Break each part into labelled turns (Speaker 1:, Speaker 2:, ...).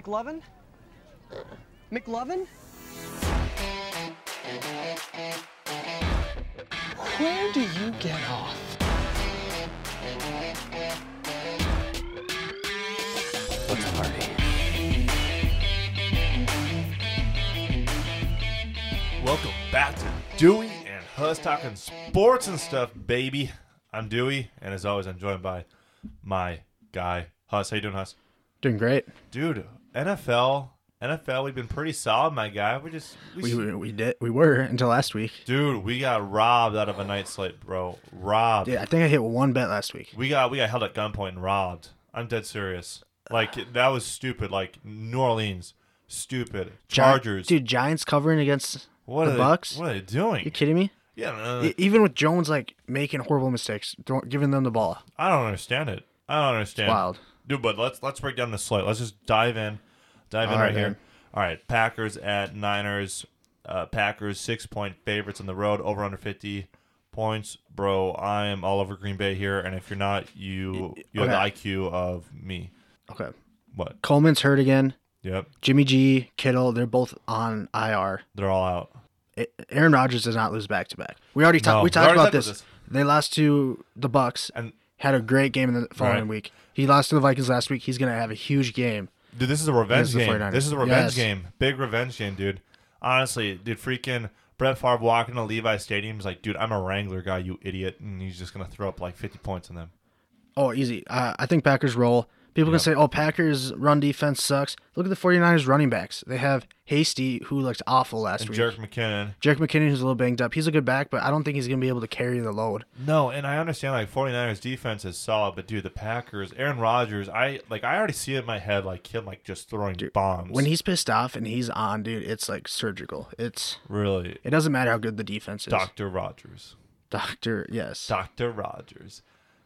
Speaker 1: McLovin? McLovin? Where do you get off?
Speaker 2: Let's party.
Speaker 3: Welcome back to Dewey and Huss talking sports and stuff, baby. I'm Dewey, and as always, I'm joined by my guy Huss. How you doing, Huss?
Speaker 4: Doing great.
Speaker 3: Dude, NFL, NFL. We've been pretty solid, my guy. We just, we,
Speaker 4: We
Speaker 3: just-
Speaker 4: we we did we were until last week.
Speaker 3: dude, we got robbed out of a night slate, bro. Robbed.
Speaker 4: Yeah, I think I hit one bet last week.
Speaker 3: We got, we got held at gunpoint and robbed. I'm dead serious. Like that was stupid. Like New Orleans, stupid.
Speaker 4: Gi-
Speaker 3: Chargers.
Speaker 4: dude. Giants covering against
Speaker 3: what
Speaker 4: the
Speaker 3: are they,
Speaker 4: Bucks.
Speaker 3: What are they doing?
Speaker 4: you kidding me?
Speaker 3: yeah, no,
Speaker 4: E- Even with Jones like making horrible mistakes, throw, giving them the ball,
Speaker 3: I don't understand it. I don't understand.
Speaker 4: wild.
Speaker 3: dude. But let's let's break down the slate. Let's just dive in, dive in
Speaker 4: All
Speaker 3: right,
Speaker 4: right,
Speaker 3: here.
Speaker 4: man.
Speaker 3: All right, Packers at Niners. Uh, Packers six point favorites on the road. Over under fifty points, bro. I am all over Green Bay here, and if you're not, you you
Speaker 4: Okay.
Speaker 3: have the IQ of me.
Speaker 4: Okay,
Speaker 3: What?
Speaker 4: Coleman's hurt again.
Speaker 3: Yep,
Speaker 4: Jimmy G, Kittle, they're both on IR.
Speaker 3: they're all out.
Speaker 4: A- Aaron Rodgers does not lose back to back. We already talked.
Speaker 3: No,
Speaker 4: we
Speaker 3: we
Speaker 4: talked
Speaker 3: already
Speaker 4: about
Speaker 3: talked
Speaker 4: this.
Speaker 3: about this.
Speaker 4: They lost to the Bucks
Speaker 3: And
Speaker 4: Had a great game in the following
Speaker 3: Right.
Speaker 4: week. He lost to the Vikings last week. He's gonna have a huge game.
Speaker 3: dude, this is a revenge
Speaker 4: Against the
Speaker 3: game.
Speaker 4: 49ers.
Speaker 3: This is a revenge
Speaker 4: Yes.
Speaker 3: game. Big revenge game, dude. Honestly, dude, freaking Brett Favre walking to Levi Stadium is like, dude, I'm a Wrangler guy, you idiot, and he's just gonna throw up like fifty points on them.
Speaker 4: Oh, easy. Uh, I think Packers roll. People can say, oh, Packers run defense sucks. Look at the 49ers running backs. They have Hasty, who looked awful last
Speaker 3: And
Speaker 4: week.
Speaker 3: Jerick McKinnon.
Speaker 4: Jerick McKinnon, who's a little banged up. He's a good back, but I don't think he's going to be able to carry the load.
Speaker 3: No, and I understand like 49ers defense is solid, but dude, the Packers, Aaron Rodgers, I like I already see it in my head like him like just throwing bombs.
Speaker 4: When he's pissed off and he's on, dude, it's like surgical. It's
Speaker 3: really
Speaker 4: It doesn't matter how good the defense is.
Speaker 3: Dr. Rodgers.
Speaker 4: Doctor, yes. Oh.
Speaker 3: Dr. Rodgers.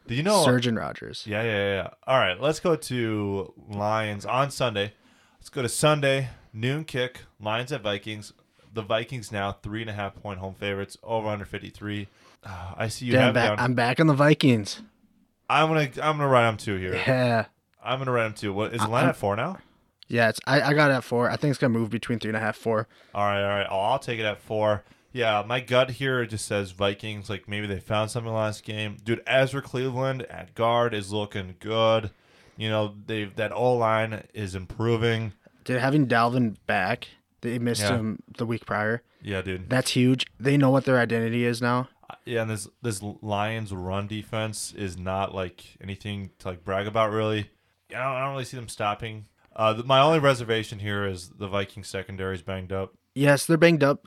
Speaker 3: Do you know
Speaker 4: Surgeon Rogers.
Speaker 3: Yeah, yeah, yeah, yeah. All right, let's go to Lions on Sunday. Let's go to Sunday, noon kick, Lions at Vikings. The Vikings now three and a half point home favorites, over under fifty three. I see you
Speaker 4: Damn,
Speaker 3: have
Speaker 4: back,
Speaker 3: down. I'm,
Speaker 4: I'm back on the Vikings.
Speaker 3: gonna I'm gonna write them two here.
Speaker 4: Yeah.
Speaker 3: I'm gonna write them two. What is the line
Speaker 4: I'm-
Speaker 3: at four now?
Speaker 4: Yeah, it's, I, I got it at four. I think it's going to move between three and a half, four.
Speaker 3: All right, all right. I'll, I'll take it at four. Yeah, my gut here just says Vikings. Like maybe they found something last game, dude. Ezra Cleveland at guard is looking good. You know they that O line is improving.
Speaker 4: Dude, having Dalvin back, they missed
Speaker 3: Yeah.
Speaker 4: him the week prior.
Speaker 3: Yeah, dude.
Speaker 4: That's huge. They know what their identity is now.
Speaker 3: Yeah, and this this Lions run defense is not like anything to like brag about really. I don't, I don't really see them stopping. Uh, th my only reservation here is the Vikings secondary is banged up.
Speaker 4: Yes, they're banged up.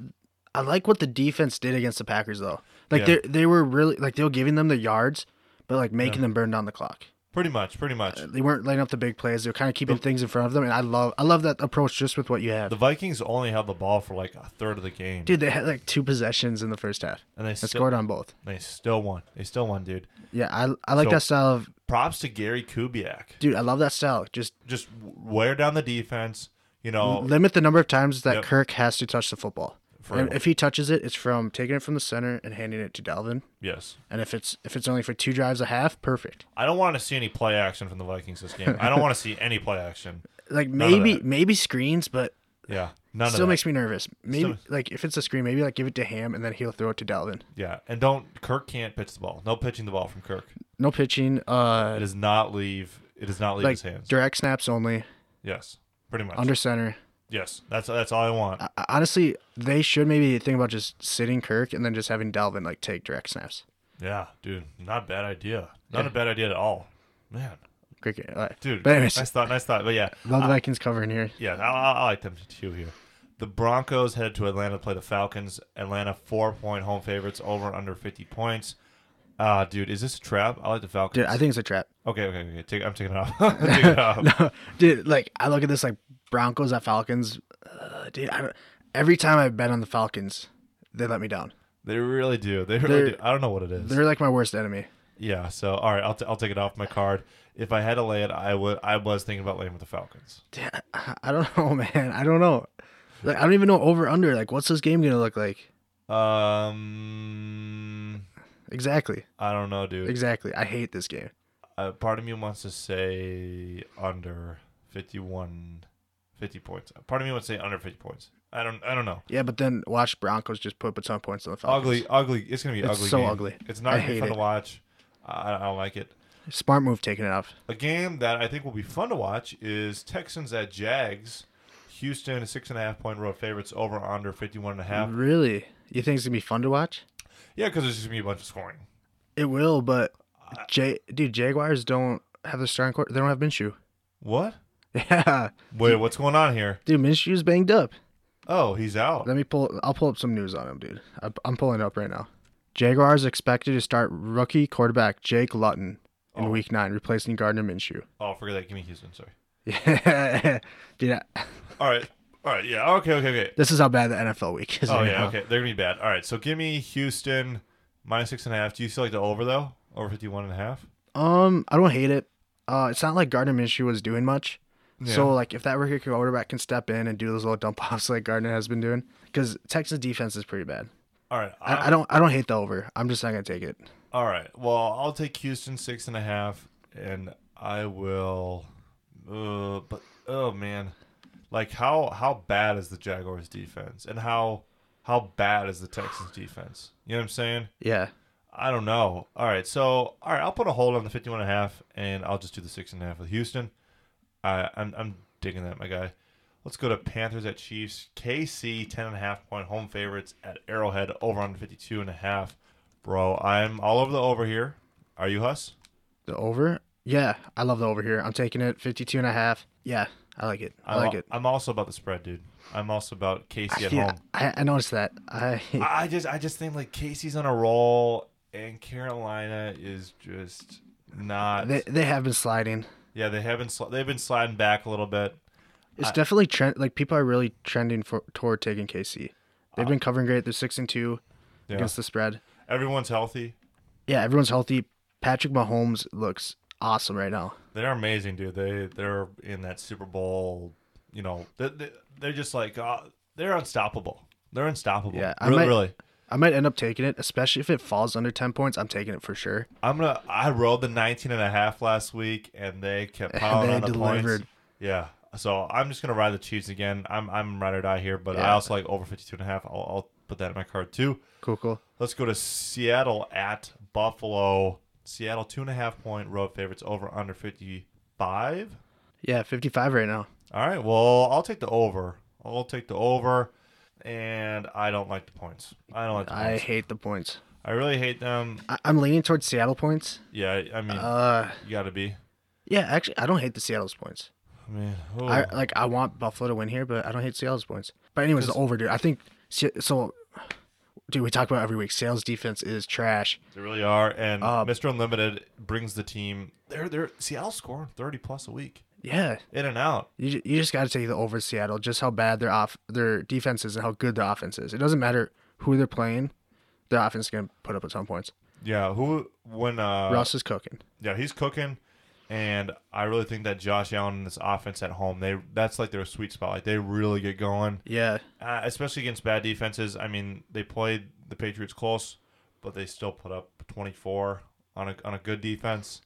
Speaker 4: I like what the defense did against the Packers though. Like
Speaker 3: Yeah.
Speaker 4: they they were really like they were giving them the yards, but like making them burn down the clock.
Speaker 3: Pretty much, pretty much.
Speaker 4: They weren't laying up the big plays. They were kind of keeping things in front of them, and I love I love that approach just with what you have.
Speaker 3: The Vikings only held the ball for like a third of the game,
Speaker 4: Dude, they had like two possessions in the first half.
Speaker 3: and they
Speaker 4: I
Speaker 3: still,
Speaker 4: scored on both.
Speaker 3: They still won. They still won, dude.
Speaker 4: Yeah, I I like
Speaker 3: So-
Speaker 4: that style of
Speaker 3: Props to Gary Kubiak.
Speaker 4: dude. I love that style. Just
Speaker 3: Just wear down the defense. You know,
Speaker 4: limit the number of times that
Speaker 3: Oh. Yep.
Speaker 4: Kirk has to touch the football.
Speaker 3: For-
Speaker 4: And if he touches it, it's from taking it from the center and handing it to Dalvin.
Speaker 3: yes.
Speaker 4: And if it's if it's only for two drives a half, perfect.
Speaker 3: I don't want to see any play action from the Vikings this game. I don't want to see any play action.
Speaker 4: Like
Speaker 3: of
Speaker 4: maybe
Speaker 3: that.
Speaker 4: maybe screens, but
Speaker 3: Yeah, none
Speaker 4: still
Speaker 3: of that.
Speaker 4: makes me nervous. Maybe
Speaker 3: Still-
Speaker 4: like if it's a screen, maybe like give it to Ham and then he'll throw it to Dalvin.
Speaker 3: Yeah, and don't Kirk can't pitch the ball. No pitching the ball from Kirk.
Speaker 4: No pitching,
Speaker 3: It
Speaker 4: uh
Speaker 3: does not leave. It does not leave
Speaker 4: like
Speaker 3: his hands.
Speaker 4: direct snaps only,
Speaker 3: yes, pretty much.
Speaker 4: under Uh, center.
Speaker 3: yes, that's that's all I want.
Speaker 4: I- Honestly, they should maybe think about just sitting Kirk and then just having Dalvin like take direct snaps.
Speaker 3: yeah, dude, not a bad idea. Not a bad idea at all. Man,
Speaker 4: Quick, uh,
Speaker 3: dude,
Speaker 4: But anyways,
Speaker 3: nice thought, nice thought. But yeah,
Speaker 4: love the Vikings covering here.
Speaker 3: yeah, I, I, I like them too here. The Broncos headed to Atlanta to play the Falcons. Atlanta four point home favorites, over and under fifty points. Ah, dude, is this a trap? I like the Falcons.
Speaker 4: Dude, I think it's a trap.
Speaker 3: okay, okay, okay. Take, I'm taking it off. Take it off.
Speaker 4: dude, like I look at this like Broncos at Falcons. Uh, dude, I don't, every time I bet on the Falcons, they let me down.
Speaker 3: They really do. They really
Speaker 4: They're-
Speaker 3: do. I don't know what it is.
Speaker 4: They're like my worst enemy.
Speaker 3: Yeah. So all right, I'll, t- I'll take it off my card. If I had to lay it, I would. I was thinking about laying with the Falcons.
Speaker 4: Dude, I I don't know, man. I don't know. Like I don't even know over under. Like what's this game gonna look like?
Speaker 3: Um,
Speaker 4: Exactly,
Speaker 3: I don't know, dude.
Speaker 4: exactly. I hate this game.
Speaker 3: Uh, part of me wants to say under fifty-one 50 points. Part of me would say under 50 points. I don't. I don't know.
Speaker 4: Yeah, but then watch Broncos just put up some points on the Falcons.
Speaker 3: Ugly, ugly. It's gonna be
Speaker 4: It's
Speaker 3: ugly.
Speaker 4: so
Speaker 3: game.
Speaker 4: ugly.
Speaker 3: It's not
Speaker 4: I
Speaker 3: gonna be
Speaker 4: hate
Speaker 3: fun
Speaker 4: it.
Speaker 3: to watch. I, I don't like it.
Speaker 4: Smart move taking it off.
Speaker 3: A game that I think will be fun to watch is Texans at Jags. Houston, six and a half point road favorites over under 51 and a
Speaker 4: Mm-hmm.
Speaker 3: half.
Speaker 4: Really? You think it's gonna be fun to watch?
Speaker 3: Yeah, because there's just gonna be a bunch of scoring.
Speaker 4: It will, but J dude, Jaguars don't have the starting quarter. They don't have Minshew.
Speaker 3: What?
Speaker 4: Yeah,
Speaker 3: Wait, what's going on here?
Speaker 4: dude, Minshew's banged up.
Speaker 3: Oh, he's out.
Speaker 4: Let me pull. I'll pull up some news on him, dude. I- I'm pulling it up right now. Jaguars expected to start rookie quarterback Jake Lutton in
Speaker 3: Oh.
Speaker 4: Week Nine, replacing Gardner Minshew.
Speaker 3: Oh, forget that. Give me Houston. Sorry.
Speaker 4: Yeah, dude. I-
Speaker 3: All right. All right. Yeah. Okay. Okay. Okay.
Speaker 4: This is how bad the NFL week is.
Speaker 3: Oh
Speaker 4: right
Speaker 3: yeah.
Speaker 4: now.
Speaker 3: Okay. They're gonna be bad. All right. So give me Houston minus six and a half. Do you still like the over though? Over 51 and a half.
Speaker 4: Um, I don't hate it. Uh, it's not like Gardner Minshew was doing much. So
Speaker 3: Yeah.
Speaker 4: like, if that rookie quarterback can step in and do those little dump offs like Gardner has been doing, because Texas defense is pretty bad.
Speaker 3: All right.
Speaker 4: I, I don't. I don't hate the over. I'm just not gonna take it.
Speaker 3: All right. Well, I'll take Houston six and a half, and I will. Uh, but oh man, like how how bad is the Jaguars defense, and how how bad is the Texans defense? You know what I'm saying?
Speaker 4: Yeah.
Speaker 3: I don't know. All right, so all right, I'll put a hold on the 51 and a half, and I'll just do the six and a half with Houston. I, I'm I'm digging that, my guy. Let's go to Panthers at Chiefs. KC 10 and a half point home favorites at Arrowhead over on 52 and a half. Bro, I'm all over the over here. Are you Huss?
Speaker 4: The over. Yeah, I love the over here. I'm taking it 52 and a half. Yeah, I like it. I
Speaker 3: I'm
Speaker 4: like
Speaker 3: al-
Speaker 4: it.
Speaker 3: I'm also about the spread, dude. I'm also about KC at
Speaker 4: yeah,
Speaker 3: home.
Speaker 4: I, I noticed that. I
Speaker 3: I just I just think like Casey's on a roll, and Carolina is just not.
Speaker 4: they, they have been sliding.
Speaker 3: yeah, they haven't sl- they've been sliding back a little bit.
Speaker 4: It's definitely trend. Like people are really trending for toward taking KC. They've been covering great. They're six and two
Speaker 3: Yeah.
Speaker 4: against the spread.
Speaker 3: Everyone's healthy.
Speaker 4: Yeah, everyone's healthy. Patrick Mahomes looks awesome right now.
Speaker 3: They're amazing, dude. They they're in that Super Bowl. You know, they, they, they're just like uh, they're unstoppable. They're unstoppable.
Speaker 4: Yeah, I
Speaker 3: really,
Speaker 4: might-
Speaker 3: really.
Speaker 4: I might end up taking it, especially if it falls under 10 points. I'm taking it for sure.
Speaker 3: I'm gonna. I rolled the 19 and a half last week, and they kept piling
Speaker 4: they
Speaker 3: on the
Speaker 4: delivered.
Speaker 3: points. Yeah. So I'm just gonna ride the Chiefs again. I'm I'm ride or die here, but I
Speaker 4: Yeah.
Speaker 3: also like over 52 and a half. I'll, I'll put that in my card too.
Speaker 4: Cool, cool.
Speaker 3: Let's go to Seattle at Buffalo. Seattle two and a half point road favorites over under 55.
Speaker 4: Yeah, 55 right now.
Speaker 3: All right. Well, I'll take the over. I'll take the over, and I don't like the points. I don't like the
Speaker 4: I
Speaker 3: points.
Speaker 4: hate the points.
Speaker 3: I really hate them.
Speaker 4: I- I'm leaning towards Seattle points.
Speaker 3: Yeah. I mean,
Speaker 4: Uh,
Speaker 3: you gotta be.
Speaker 4: yeah, actually, I don't hate the Seattle's points.
Speaker 3: I mean, oh,
Speaker 4: I like I want Buffalo to win here, but I don't hate Seattle's points. But anyways, the over, dude. I think Se- so. Dude, we talk about it every week. Seattle's defense is trash.
Speaker 3: they really are. And
Speaker 4: Uh,
Speaker 3: Mr. Unlimited brings the team. They're they're Seattle scoring thirty plus a week,
Speaker 4: Yeah,
Speaker 3: in and out.
Speaker 4: you, ju- you just got to take the over Seattle. Just how bad their off their defense is and how good their offense is. It doesn't matter who they're playing. Their offense is gonna put up a ton of points.
Speaker 3: Yeah. Who when uh
Speaker 4: Russ is cooking.
Speaker 3: yeah he's cooking. And I really think that Josh Allen and this offense at home, they that's like their sweet spot. Like they really get going.
Speaker 4: Yeah,
Speaker 3: uh, especially against bad defenses. I mean, they played the Patriots close, but they still put up 24 on a on a good defense.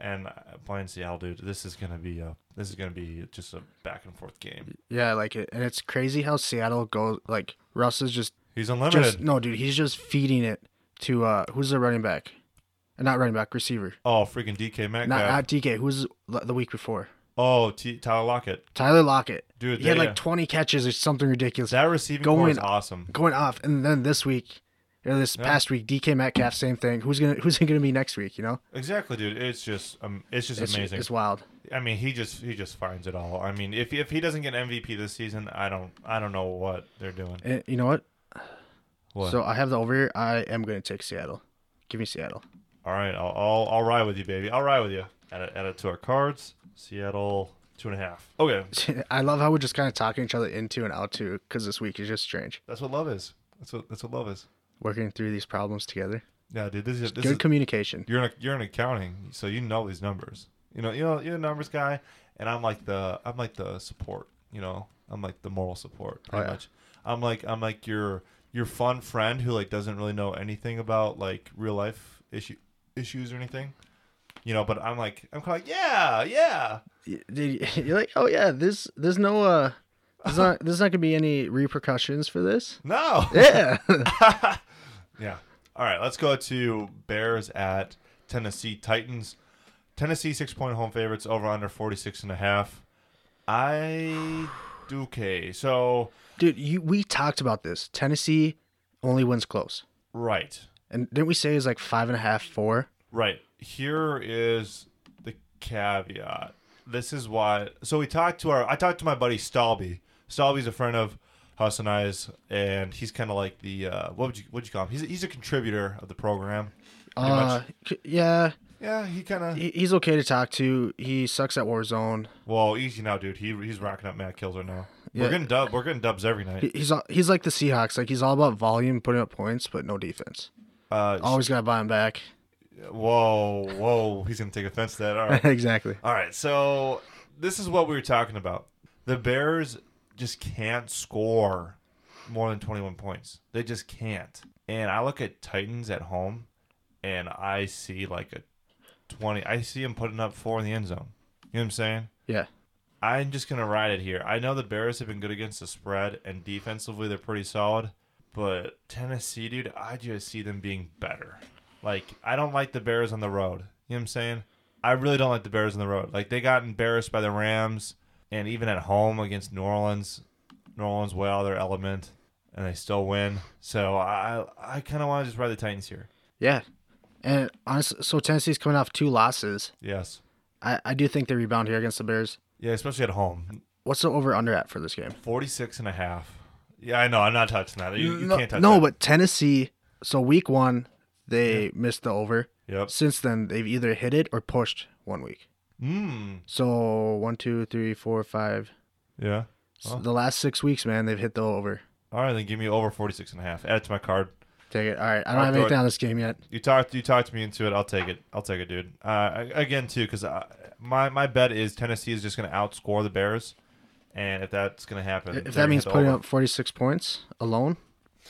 Speaker 3: And uh, playing Seattle, dude, this is gonna be a this is gonna be just a back and forth game.
Speaker 4: yeah, I like it. And it's crazy how Seattle goes. Like Russ is just
Speaker 3: He's unlimited.
Speaker 4: just no, dude. He's just feeding it to uh who's the running back, not running back, receiver.
Speaker 3: oh, freaking DK Metcalf.
Speaker 4: Not, not DK. Who's the week before?
Speaker 3: oh, T- Tyler Lockett,
Speaker 4: Tyler Lockett.
Speaker 3: Dude,
Speaker 4: he had
Speaker 3: they-
Speaker 4: like 20 catches or something ridiculous.
Speaker 3: that receiving core
Speaker 4: Going
Speaker 3: is awesome.
Speaker 4: going off, and then this week, or this past week, DK Metcalf, same thing. Who's gonna Who's it gonna be next week? You know,
Speaker 3: Exactly, dude. It's just um, it's just
Speaker 4: it's,
Speaker 3: amazing.
Speaker 4: It's wild.
Speaker 3: I mean, he just he just finds it all. I mean, if if he doesn't get MVP this season, I don't I don't know what they're doing.
Speaker 4: And you know what?
Speaker 3: What?
Speaker 4: So I have the over here. I am gonna take Seattle. Give me Seattle.
Speaker 3: All right, I'll, I'll I'll ride with you, baby. I'll ride with you. Add it, add it to our cards. Seattle two and a half. Okay,
Speaker 4: I love how we're just kind of talking each other into and out too, because this week is just strange.
Speaker 3: that's what love is. That's what that's what love is.
Speaker 4: Working through these problems together.
Speaker 3: Yeah, dude. This is this
Speaker 4: Good
Speaker 3: is,
Speaker 4: communication.
Speaker 3: you're in you're in accounting, so you know these numbers. You know you know you're a numbers guy, and I'm like the I'm like the support. You know I'm like the moral support pretty
Speaker 4: yeah.
Speaker 3: much. I'm like I'm like your your fun friend who like doesn't really know anything about like real life issue issues or anything. You know, but I'm like, I'm kind of like, yeah, yeah.
Speaker 4: Y- did- You're like, oh yeah, there's there's no uh, there's not there's not gonna be any repercussions for this.
Speaker 3: No.
Speaker 4: Yeah.
Speaker 3: Yeah. All right, let's go to Bears at Tennessee Titans. Tennessee six point home favorites over under 46 and a half. I okay. So
Speaker 4: Dude, you, we talked about this. Tennessee only wins close.
Speaker 3: right.
Speaker 4: And didn't we say it was like five and a half, four?
Speaker 3: Right. Here is the caveat. This is why. So we talked to our. I talked to my buddy Stalby. Stalby's a friend of Huss and I's, and he's kind of like the uh, what would you what would you call him? He's a, he's a contributor of the program. Pretty
Speaker 4: Uh,
Speaker 3: much.
Speaker 4: c- yeah,
Speaker 3: Yeah, he kind of.
Speaker 4: he, he's okay to talk to. He sucks at Warzone.
Speaker 3: Well, easy now, dude. He he's rocking up Matt Kilzer now.
Speaker 4: Yeah.
Speaker 3: We're getting dub. We're getting dubs every
Speaker 4: He-
Speaker 3: night.
Speaker 4: He's all, he's like the Seahawks. Like he's all about volume, putting up points, but no defense.
Speaker 3: Uh,
Speaker 4: Always gotta buy him back.
Speaker 3: whoa, whoa. He's gonna take offense to that. All right.
Speaker 4: exactly.
Speaker 3: All right, so this is what we were talking about. The Bears just can't score more than 21 points. They just can't. And I look at Titans at home and I see like a 20. I see them putting up four in the end zone. You know what I'm saying?
Speaker 4: Yeah.
Speaker 3: I'm just going to ride it here. I know the Bears have been good against the spread and defensively they're pretty solid, but Tennessee, dude, I just see them being better. Like, I don't like the Bears on the road. You know what I'm saying? I really don't like the Bears on the road. Like, they got embarrassed by the Rams and even at home against New Orleans. New Orleans, well, their element, and they still win. So I I kind of want to just ride the Titans here.
Speaker 4: Yeah. And honestly, so Tennessee's coming off two losses.
Speaker 3: Yes.
Speaker 4: I, I do think they rebound here against the Bears.
Speaker 3: Yeah, especially at home.
Speaker 4: What's the over under at for this game?
Speaker 3: 46 and a half. Yeah, I know. I'm not touching that. You, you
Speaker 4: no,
Speaker 3: can't touch
Speaker 4: no,
Speaker 3: that.
Speaker 4: but Tennessee. So week one, they missed the over.
Speaker 3: Yep.
Speaker 4: Since then, they've either hit it or pushed one week.
Speaker 3: Mm.
Speaker 4: So one, two, three, four, five.
Speaker 3: Yeah.
Speaker 4: s- The last six weeks, man, they've hit the over.
Speaker 3: All right, then give me over 46 and a half. Add it to my card.
Speaker 4: Take it. All right. I don't
Speaker 3: I'll
Speaker 4: have
Speaker 3: throw
Speaker 4: anything
Speaker 3: it.
Speaker 4: on this game yet.
Speaker 3: You talked you talked me into it. I'll take it. I'll take it, dude. Uh, I- again, too, because my my bet is Tennessee is just going to outscore the Bears, and if that's going to happen,
Speaker 4: If that means putting up 46 points alone,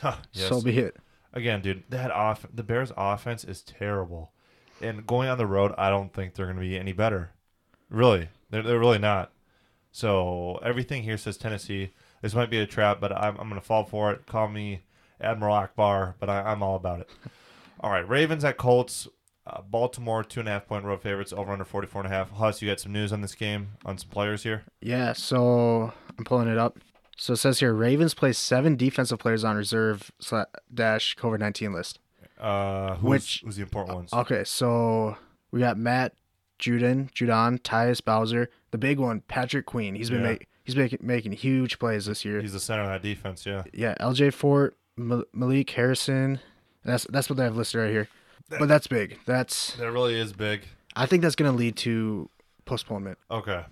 Speaker 3: up, yes.
Speaker 4: so be it.
Speaker 3: again, dude, that off the Bears' offense is terrible, and going on the road, I don't think they're going to be any better. Really, they're they're really not. So everything here says Tennessee. This might be a trap, but I'm I'm going to fall for it. Call me Admiral Akbar, but I, I'm all about it. All right, Ravens at Colts. Uh, Baltimore two and a half point road favorites over under 44 and a half. Huss, you got some news on this game on some players here.
Speaker 4: Yeah. So I'm pulling it up. So it says here Ravens place seven defensive players on reserve sla- dash COVID 19 list.
Speaker 3: Uh, who's,
Speaker 4: Which-
Speaker 3: who's the important ones?
Speaker 4: Okay. So we got Matt Juden, Judon, Tyus Bowser, the big one, Patrick Queen. He's been
Speaker 3: Yeah.
Speaker 4: make, he's making making huge plays this year.
Speaker 3: He's the center of that defense. Yeah,
Speaker 4: yeah, LJ Fort, Mal- Malik Harrison. That's that's what they have listed right here. But that's big. That's
Speaker 3: that really is big.
Speaker 4: I think that's going to lead to postponement,
Speaker 3: Okay.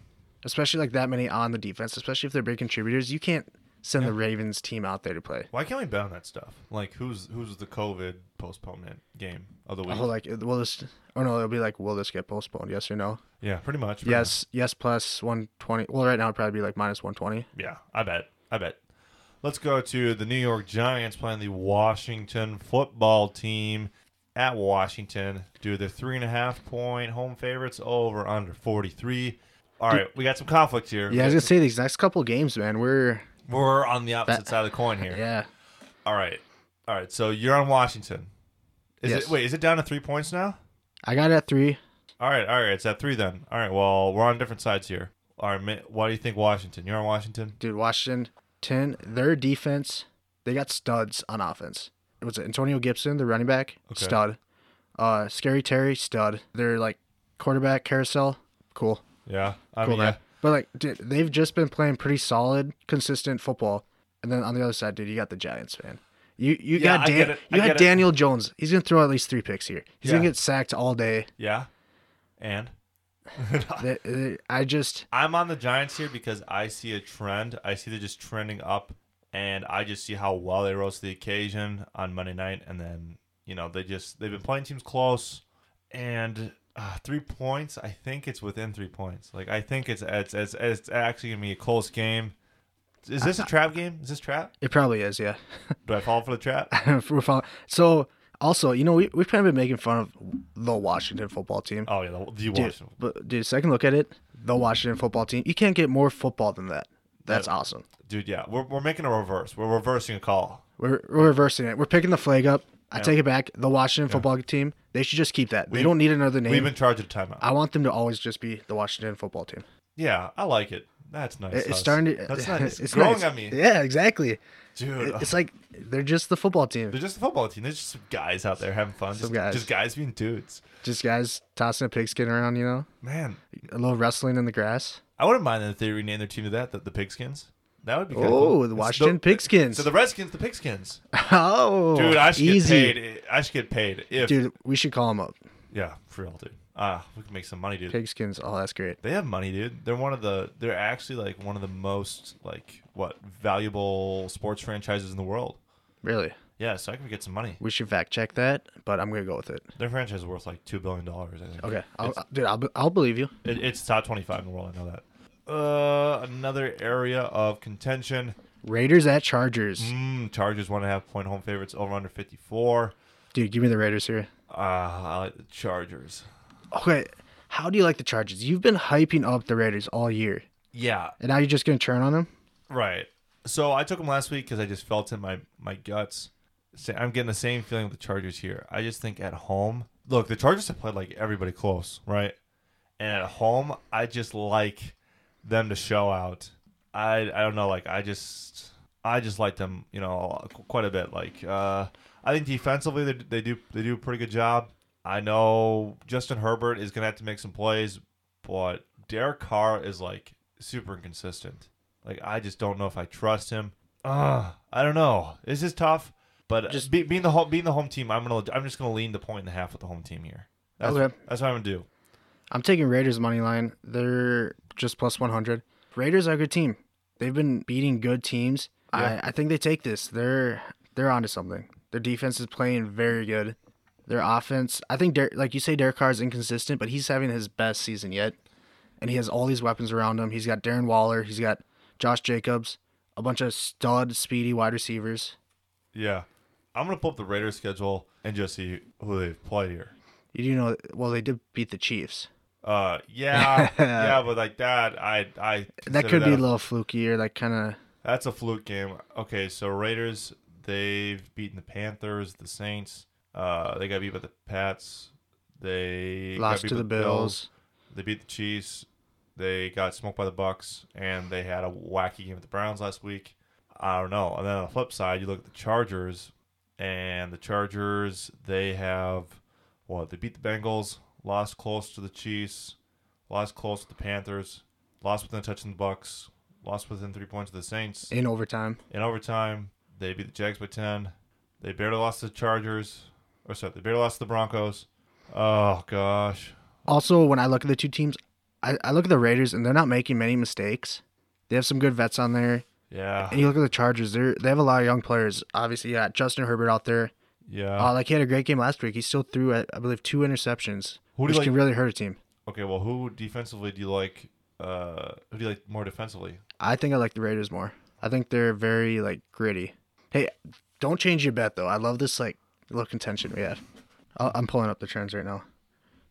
Speaker 4: especially like that many on the defense, especially if they're big contributors. You can't send the Ravens team out there to play.
Speaker 3: Why can't we bet on that stuff? Like, who's who's the COVID postponement game of the week?
Speaker 4: Oh, like will this? Oh no, it'll be like, will this get postponed? Yes or no?
Speaker 3: yeah, pretty much. pretty
Speaker 4: Yes, yes, plus one twenty. Well, right now it'd probably be like minus one twenty.
Speaker 3: much. Yeah, I bet. I bet. Let's go to the New York Giants playing the Washington football team at Washington. Do the three and a half point home favorites over under 43. All right, we got some conflict here.
Speaker 4: Yeah, I was gonna say these next couple games, man. We're
Speaker 3: We're on the opposite side of the coin here.
Speaker 4: yeah,
Speaker 3: All right. All right, so you're on Washington. Is
Speaker 4: Yes.
Speaker 3: it wait, is it down to 3 points now?
Speaker 4: I got it at three.
Speaker 3: All right, all right. It's at three then. All right. Well, we're on different sides here. All right. ma- Why do you think Washington? You're on Washington.
Speaker 4: Dude, Washington, their defense, they got studs on offense. It was Antonio Gibson, the running back,
Speaker 3: Okay.
Speaker 4: stud. Uh, Scary Terry, stud. They're like quarterback carousel, cool.
Speaker 3: Yeah. I
Speaker 4: Cool,
Speaker 3: mean, yeah.
Speaker 4: man. But like, dude, they've just been playing pretty solid, consistent football. And then on the other side, dude, you got the Giants, man. You you
Speaker 3: Yeah,
Speaker 4: got
Speaker 3: I get
Speaker 4: Dan-
Speaker 3: it. I
Speaker 4: you
Speaker 3: get
Speaker 4: got
Speaker 3: it.
Speaker 4: Daniel Jones. He's gonna throw at least three picks here. He's gonna
Speaker 3: Yeah.
Speaker 4: get sacked all day.
Speaker 3: Yeah. And
Speaker 4: They- they- I just
Speaker 3: I'm on the Giants here because I see a trend. I see they're just trending up, and I just see how well they rose to the occasion on Monday night, and then you know they just they've been playing teams close, and uh, three points. I think it's within three points. Like I think it's it's it's, it's actually gonna be a close game. Is this a trap game? Is this trap?
Speaker 4: it probably is, yeah.
Speaker 3: Do I fall for the trap?
Speaker 4: We're following- So Also, you know, we, we've kind of been making fun of the Washington football team.
Speaker 3: Oh yeah, the, the
Speaker 4: dude,
Speaker 3: Washington.
Speaker 4: But, dude, second look at it, the Washington football team. You can't get more football than that. That's awesome.
Speaker 3: Dude, yeah, we're, we're making a reverse. We're reversing a call.
Speaker 4: We're, we're reversing it. We're picking the flag up. I take it back. The Washington football team, they should just keep that. they don't need another name.
Speaker 3: We've been charged a timeout.
Speaker 4: I want them to always just be the Washington football team.
Speaker 3: yeah, I like it. That's nice.
Speaker 4: It- it's
Speaker 3: us.
Speaker 4: starting to.
Speaker 3: That's nice. It's
Speaker 4: It's
Speaker 3: growing
Speaker 4: nice.
Speaker 3: on me, uh,
Speaker 4: Yeah, exactly.
Speaker 3: dude.
Speaker 4: It-
Speaker 3: ugh.
Speaker 4: It's like they're just the football team.
Speaker 3: They're just a football team. They're just some guys out there having fun. just,
Speaker 4: guys.
Speaker 3: just guys being dudes.
Speaker 4: Just guys tossing a pigskin around, you know?
Speaker 3: Man,
Speaker 4: A little wrestling in the grass.
Speaker 3: I wouldn't mind if they renamed their team to that, the, the Pigskins. That would be kinda
Speaker 4: Oh,
Speaker 3: cool.
Speaker 4: the
Speaker 3: It's
Speaker 4: Washington Pigskins.
Speaker 3: So the Redskins, the Pigskins.
Speaker 4: Oh,
Speaker 3: Dude, I should
Speaker 4: easy.
Speaker 3: get paid. I should get paid. If
Speaker 4: Dude, we should call them up.
Speaker 3: yeah, for real, dude. Ah, we can make some money, dude.
Speaker 4: Pigskins. Oh, that's great.
Speaker 3: They have money, dude. They're one of the. They're actually like one of the most like what valuable sports franchises in the world.
Speaker 4: Really?
Speaker 3: Yeah, so I could get some money.
Speaker 4: We should fact check that, but I'm gonna go with it.
Speaker 3: Their franchise is worth like two billion dollars. I think.
Speaker 4: Okay, I'll, dude, I'll, be- I'll believe you.
Speaker 3: It, it's top twenty-five in the world. I know that. Uh, another area of contention.
Speaker 4: Raiders at Chargers.
Speaker 3: Mm, Chargers one and a half point home favorites over under fifty-four.
Speaker 4: Dude, give me the Raiders here.
Speaker 3: Uh, I like the Chargers.
Speaker 4: Okay, how do you like the Chargers? You've been hyping up the Raiders all year,
Speaker 3: Yeah,
Speaker 4: and now you're just gonna turn on them.
Speaker 3: right. So I took them last week because I just felt in my my guts. Sa- I'm getting the same feeling with the Chargers here. I just think at home, look, the Chargers have played like everybody close, right? And at home, I just like them to show out. I I don't know, like I just I just like them, you know, qu- quite a bit. Like uh, I think defensively they, they do they do a pretty good job. I know Justin Herbert is gonna have to make some plays, but Derek Carr is like super inconsistent. Like I just don't know if I trust him. Uh, I don't know. This is tough, but just
Speaker 4: Just-
Speaker 3: be, being the home being the home team, I'm gonna I'm just gonna lean the point and a half with the home team here. That's,
Speaker 4: Okay.
Speaker 3: that's what I'm gonna do.
Speaker 4: I'm taking Raiders money line. They're just plus 100. Raiders are a good team. They've been beating good teams. I, I think they take this. They're they're onto something. Their defense is playing very good. Their offense, I think, Der- like you say, Derek Carr is inconsistent, but he's having his best season yet, and he has all these weapons around him. He's got Darren Waller. He's got Josh Jacobs, a bunch of stud, speedy wide receivers.
Speaker 3: Yeah. I'm gonna pull up the Raiders schedule and just see who they've played here.
Speaker 4: You do know, well, they did beat the Chiefs.
Speaker 3: Uh yeah, yeah, but like that, I I
Speaker 4: That
Speaker 3: consider
Speaker 4: could be a
Speaker 3: a-
Speaker 4: little fluky or like kind of
Speaker 3: That's a fluke game. Okay, so Raiders they've beaten the Panthers, the Saints. Uh, they got beat by the Pats. They got
Speaker 4: lost
Speaker 3: beat
Speaker 4: to
Speaker 3: by
Speaker 4: the Bills.
Speaker 3: They beat the Chiefs. They got smoked by the Bucks, and they had a wacky game with the Browns last week. I don't know. And then on the flip side, you look at the Chargers, and the Chargers they have what they beat the Bengals, lost close to the Chiefs, lost close to the Panthers, lost within a touch in the Bucks, lost within three points of the Saints.
Speaker 4: in overtime.
Speaker 3: In overtime, they beat the Jags by ten. They barely lost to the Chargers, or sorry, they barely lost to the Broncos. Oh gosh,
Speaker 4: Also, when I look at the two teams, I, I look at the Raiders and they're not making many mistakes. They have some good vets on there.
Speaker 3: yeah,
Speaker 4: And you look at the Chargers, they they have a lot of young players. Obviously, you got Justin Herbert out there.
Speaker 3: yeah.
Speaker 4: Uh, like he had a great game last week. He still threw, I, I believe, two interceptions,
Speaker 3: Who do you
Speaker 4: which
Speaker 3: like-
Speaker 4: can really hurt a team.
Speaker 3: okay, well, who defensively do you like? Uh, who do you like more defensively?
Speaker 4: I think I like the Raiders more. I think they're very like gritty. Hey, don't change your bet though. I love this like little contention we have. I- I'm pulling up the trends right now.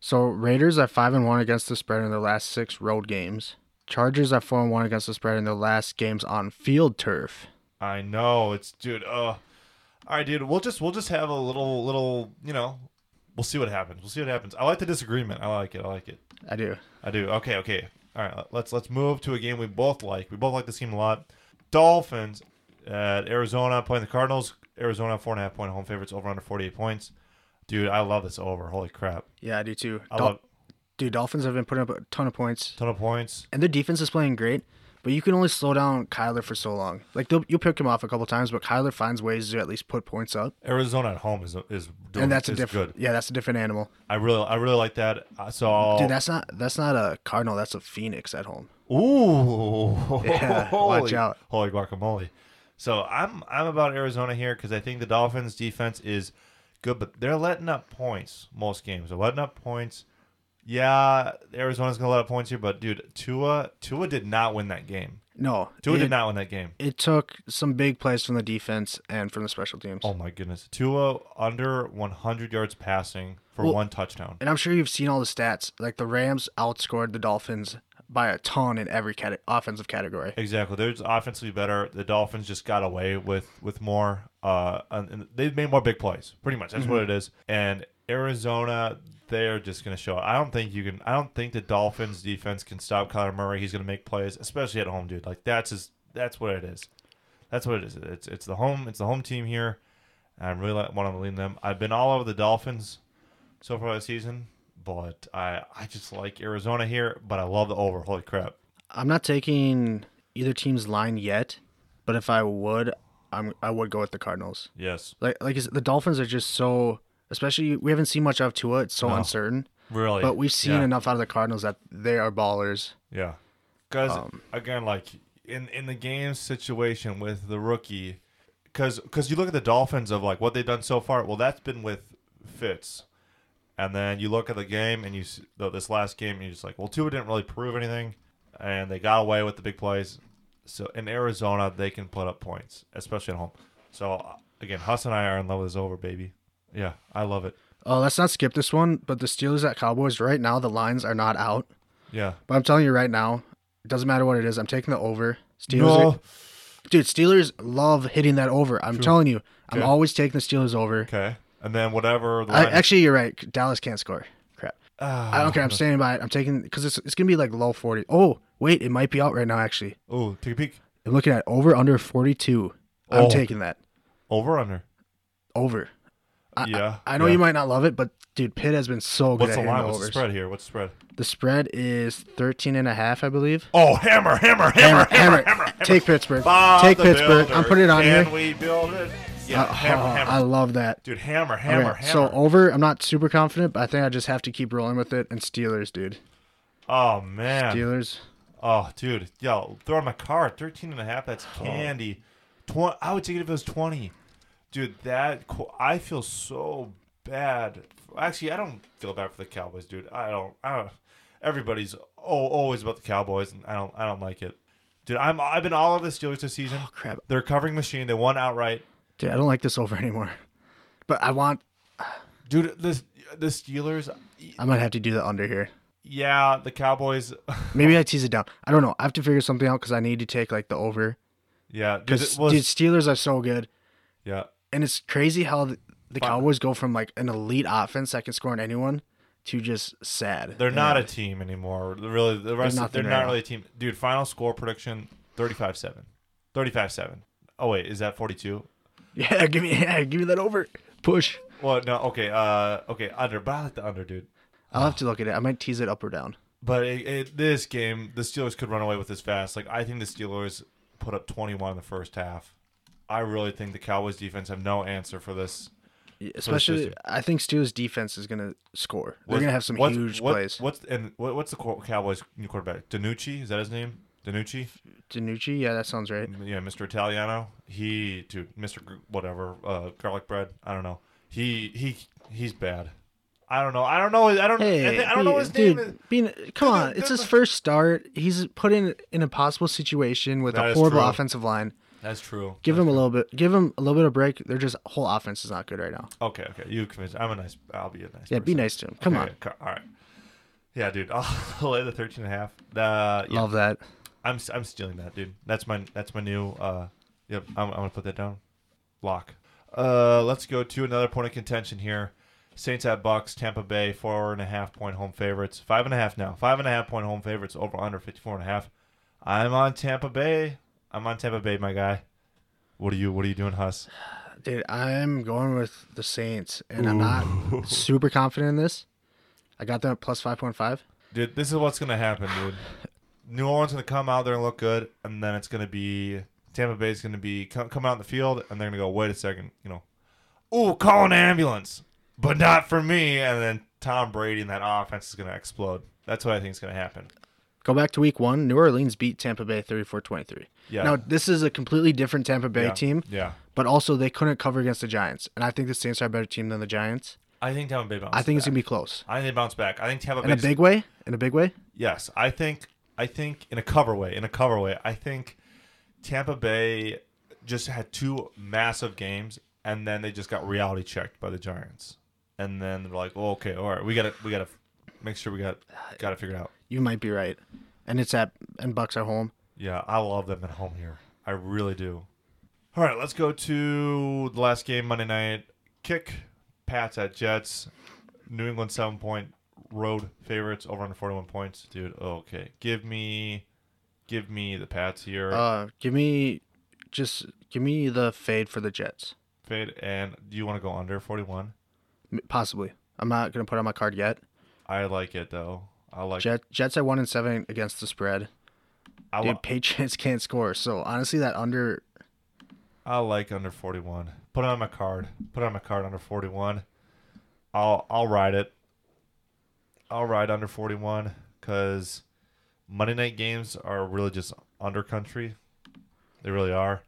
Speaker 4: So Raiders are five and one against the spread in their last six road games. Chargers are four and one against the spread in their last games on field turf.
Speaker 3: I know it's dude. Uh, all right, dude. We'll just we'll just have a little little. You know, we'll see what happens. We'll see what happens. I like the disagreement. I like it. I like it.
Speaker 4: I do.
Speaker 3: I do. Okay, okay. All right, let's let's move to a game we both like. We both like this game a lot. Dolphins at Arizona playing the Cardinals. Arizona four and a half point home favorites over under forty eight points. Dude, I love this over. Holy crap!
Speaker 4: Yeah, I do too.
Speaker 3: I
Speaker 4: Dol-
Speaker 3: love
Speaker 4: Dude, Dolphins have been putting up a ton of points,
Speaker 3: ton of points.
Speaker 4: and their defense is playing great. But you can only slow down Kyler for so long. Like they'll, you'll pick him off a couple times, but Kyler finds ways to at least put points up,
Speaker 3: Arizona at home is is doing,
Speaker 4: and that's a
Speaker 3: is
Speaker 4: different.
Speaker 3: good.
Speaker 4: Yeah, that's a different animal.
Speaker 3: I really I really like that. Uh, I saw
Speaker 4: Dude, that's not that's not a cardinal. That's a phoenix at home.
Speaker 3: Ooh,
Speaker 4: Yeah, watch
Speaker 3: Holy-
Speaker 4: out.
Speaker 3: Holy guacamole! So I'm I'm about Arizona here because I think the Dolphins' defense is good, but they're letting up points most games. They're letting up points. Yeah, Arizona's gonna let up points here, but dude, Tua Tua did not win that game.
Speaker 4: No,
Speaker 3: Tua
Speaker 4: it,
Speaker 3: did not win that game.
Speaker 4: It took some big plays from the defense and from the special teams.
Speaker 3: Oh my goodness. Tua under 100 yards passing for
Speaker 4: Well-
Speaker 3: one touchdown.
Speaker 4: And I'm sure you've seen all the stats. Like the Rams outscored the Dolphins by a ton in every cate- offensive category.
Speaker 3: Exactly. They're just offensively better. The Dolphins just got away with with more. Uh, and, and they've made more big plays. Pretty much, that's what it is. And Arizona, they're just going to show. I don't think you can. I don't think the Dolphins defense can stop Kyler Murray. He's going to make plays, especially at home, dude. Like that's his. That's what it is. That's what it is. It's it's the home. It's the home team here. I am really want to lean them. I've been all over the Dolphins so far this season, but I I just like Arizona here. But I love the over. Holy crap!
Speaker 4: I'm not taking either team's line yet, but if I would, I'm I would go with the Cardinals.
Speaker 3: Yes,
Speaker 4: Like like is- the Dolphins are just so especially we haven't seen much of Tua. It's so uncertain.
Speaker 3: really.
Speaker 4: But we've seen
Speaker 3: Yeah.
Speaker 4: enough out of the Cardinals that they are ballers.
Speaker 3: Yeah, because
Speaker 4: Um,
Speaker 3: again, like in in the game situation with the rookie, because you look at the Dolphins of like what they've done so far. Well, that's been with Fitz, and then you look at the game and you s- the- this last game, and you're just like, well, Tua didn't really prove anything, and they got away with the big plays. So in Arizona, they can put up points, especially at home. So uh, again, Huss and I are in love with this over, baby. Yeah, I love it.
Speaker 4: Oh, let's not skip this one. But the Steelers at Cowboys right now, the lines are not out.
Speaker 3: Yeah.
Speaker 4: But I'm telling you right now, it doesn't matter what it is. I'm taking the over. Steelers,
Speaker 3: No.
Speaker 4: are- dude. Steelers love hitting that over. I'm telling you, I'm
Speaker 3: Okay.
Speaker 4: always taking the Steelers over.
Speaker 3: Okay. And then whatever. The
Speaker 4: I,
Speaker 3: line-
Speaker 4: actually, you're right. Dallas can't score. Crap.
Speaker 3: Ah.
Speaker 4: I don't care. I'm standing by it. I'm taking because it's it's gonna be like low 40. Oh wait, it might be out right now. Actually,
Speaker 3: Oh, take a peek.
Speaker 4: I'm looking at over under 42. I'm
Speaker 3: Oh.
Speaker 4: taking that
Speaker 3: Over or under.
Speaker 4: over.
Speaker 3: yeah.
Speaker 4: I know
Speaker 3: yeah.
Speaker 4: you might not love it, but dude, Pitt has been so good
Speaker 3: What's
Speaker 4: at
Speaker 3: the
Speaker 4: hitting
Speaker 3: line?
Speaker 4: the
Speaker 3: What's the
Speaker 4: overs.
Speaker 3: spread here? What's the spread?
Speaker 4: The spread is 13 and a half, I believe.
Speaker 3: Oh, hammer, hammer, hammer, hammer, hammer.
Speaker 4: Take Pittsburgh.
Speaker 3: Bob
Speaker 4: Take
Speaker 3: the
Speaker 4: Pittsburgh. I'm
Speaker 3: Builder.
Speaker 4: putting it on
Speaker 3: Can
Speaker 4: here.
Speaker 3: we build it? Yeah,
Speaker 4: Uh,
Speaker 3: hammer,
Speaker 4: oh,
Speaker 3: hammer.
Speaker 4: I love that.
Speaker 3: Dude, hammer,
Speaker 4: Okay,
Speaker 3: hammer,
Speaker 4: So
Speaker 3: hammer.
Speaker 4: over, I'm not super confident, but I think I just have to keep rolling with it. And Steelers, dude.
Speaker 3: oh, man.
Speaker 4: Steelers.
Speaker 3: Oh, dude. Yo, throw in my car. 13 and a half. That's candy. Tw- I would take it if it was 20. Dude, that. qu- I feel so bad. Actually, I don't feel bad for the Cowboys, dude. I don't. I don't everybody's oh, always about the Cowboys, and I don't. I don't like it. Dude, I'm. I've been all over the Steelers this season. Oh
Speaker 4: crap.
Speaker 3: They're a covering machine. They won outright.
Speaker 4: Dude, I don't like this over anymore. But I want.
Speaker 3: Dude, the the Steelers.
Speaker 4: I might have to do the under here.
Speaker 3: Yeah, the Cowboys.
Speaker 4: Maybe I tease it down. I don't know. I have to figure something out because I need to take like the over.
Speaker 3: Yeah, dude,
Speaker 4: Because
Speaker 3: it was-
Speaker 4: dude, Steelers are so good,
Speaker 3: yeah.
Speaker 4: and it's crazy how the, the Cowboys go from like an elite offense that can score on anyone to just sad.
Speaker 3: They're not a team anymore. They're Really, the rest of,
Speaker 4: nothing
Speaker 3: they're
Speaker 4: right
Speaker 3: not
Speaker 4: now.
Speaker 3: really a team. Dude, final score prediction 35-7. 35-7. Oh wait, is that 42?
Speaker 4: Yeah, give me yeah, give me that over. Push.
Speaker 3: Well, no, okay. Uh okay, under. But I like the under, dude.
Speaker 4: I'll have to look at it. I might tease it up or down.
Speaker 3: But it, it, this game, the Steelers could run away with this fast. Like I think the Steelers put up 21 in the first half. I really think the Cowboys defense have no answer for this.
Speaker 4: Especially,
Speaker 3: Thursday.
Speaker 4: I think Steelers defense is gonna score. They're
Speaker 3: What's-
Speaker 4: gonna have some
Speaker 3: what's-
Speaker 4: huge
Speaker 3: what-
Speaker 4: plays.
Speaker 3: What's and what, what's the Cow- Cowboys new quarterback? Danucci is that his name? Danucci,
Speaker 4: Danucci, yeah, that sounds right.
Speaker 3: yeah, Mr. Italiano. He, dude, Mr. Gr- Whatever, uh, garlic bread. I don't know. He he he's bad. I don't know. I don't know. I don't. I,
Speaker 4: Hey,
Speaker 3: thi- I don't know
Speaker 4: be-
Speaker 3: his
Speaker 4: dude,
Speaker 3: name. Is.
Speaker 4: Being, come on,
Speaker 3: dude,
Speaker 4: it's
Speaker 3: dude,
Speaker 4: his
Speaker 3: but-
Speaker 4: first start. He's put in an impossible situation with
Speaker 3: That
Speaker 4: a
Speaker 3: is
Speaker 4: horrible
Speaker 3: true.
Speaker 4: offensive line.
Speaker 3: That's true.
Speaker 4: Give him a little bit. Give him a little bit of break. They're just whole offense is not good right now.
Speaker 3: Okay, okay. You convinced. I'm a nice. I'll be a nice.
Speaker 4: Yeah, be
Speaker 3: person.
Speaker 4: nice to him. Come
Speaker 3: Okay, okay, all right. Yeah, dude. I'll lay the 13 and a half. Uh,
Speaker 4: on,
Speaker 3: yeah,
Speaker 4: love that.
Speaker 3: I'm s- I'm stealing that, dude. That's my that's my new. Uh, yep. I'm, I'm gonna put that down. Lock. Uh, let's go to another point of contention here. Saints at Bucks, Tampa Bay, four and a half point home favorites. Five and a half now. Five and a half point home favorites over under 54 and a half. I'm on Tampa Bay. I'm on Tampa Bay, my guy. What are you what are you doing, Huss?
Speaker 4: Dude, I'm going with the Saints, and I'm not super confident in this. I got them at plus five point five.
Speaker 3: Dude, this is what's gonna happen, dude. New Orleans gonna come out there and look good, and then it's gonna be Tampa Bay's gonna be come, come out in the field, and they're gonna go, wait a second, you know, ooh, call an ambulance, but not for me. And then Tom Brady and that offense is gonna explode. That's what I think is gonna happen.
Speaker 4: Go back to week one. New Orleans beat Tampa Bay 34-23.
Speaker 3: Yeah.
Speaker 4: Now this is a completely different Tampa Bay
Speaker 3: Yeah.
Speaker 4: team,
Speaker 3: Yeah,
Speaker 4: but also they couldn't cover against the Giants, and I think the Saints are a better team than the Giants.
Speaker 3: I think Tampa Bay. Bounces
Speaker 4: I think it's
Speaker 3: back.
Speaker 4: gonna be close
Speaker 3: I think they bounce back. I think Tampa
Speaker 4: in a
Speaker 3: Bay.
Speaker 4: big way. In a big way.
Speaker 3: Yes, I think I think in a cover way, in a cover way, I think Tampa Bay just had two massive games, and then they just got reality checked by the Giants, and then they're like, oh, okay, all right, we got to we got to make sure we got got to figure it out.
Speaker 4: You might be right. And it's at and Bucks are home.
Speaker 3: Yeah, I love them at home here. I really do. All right, let's go to the last game Monday night. Kick Pats at Jets. New England seven point road favorites over under forty one points. Dude, okay. Give me give me the Pats here.
Speaker 4: Uh, give me just give me the fade for the Jets,
Speaker 3: Fade and do you want to go under forty one?
Speaker 4: M- possibly. I'm not gonna put on my card yet.
Speaker 3: I like it though. I like
Speaker 4: Jet, Jets at one and seven against the spread.
Speaker 3: I, li-
Speaker 4: Dude, Patriots can't score. So honestly, that under
Speaker 3: I like under 41. Put it on my card. Put it on my card under 41. I'll I'll ride it. I'll ride under 41 cuz Monday night games are really just under country. They really are.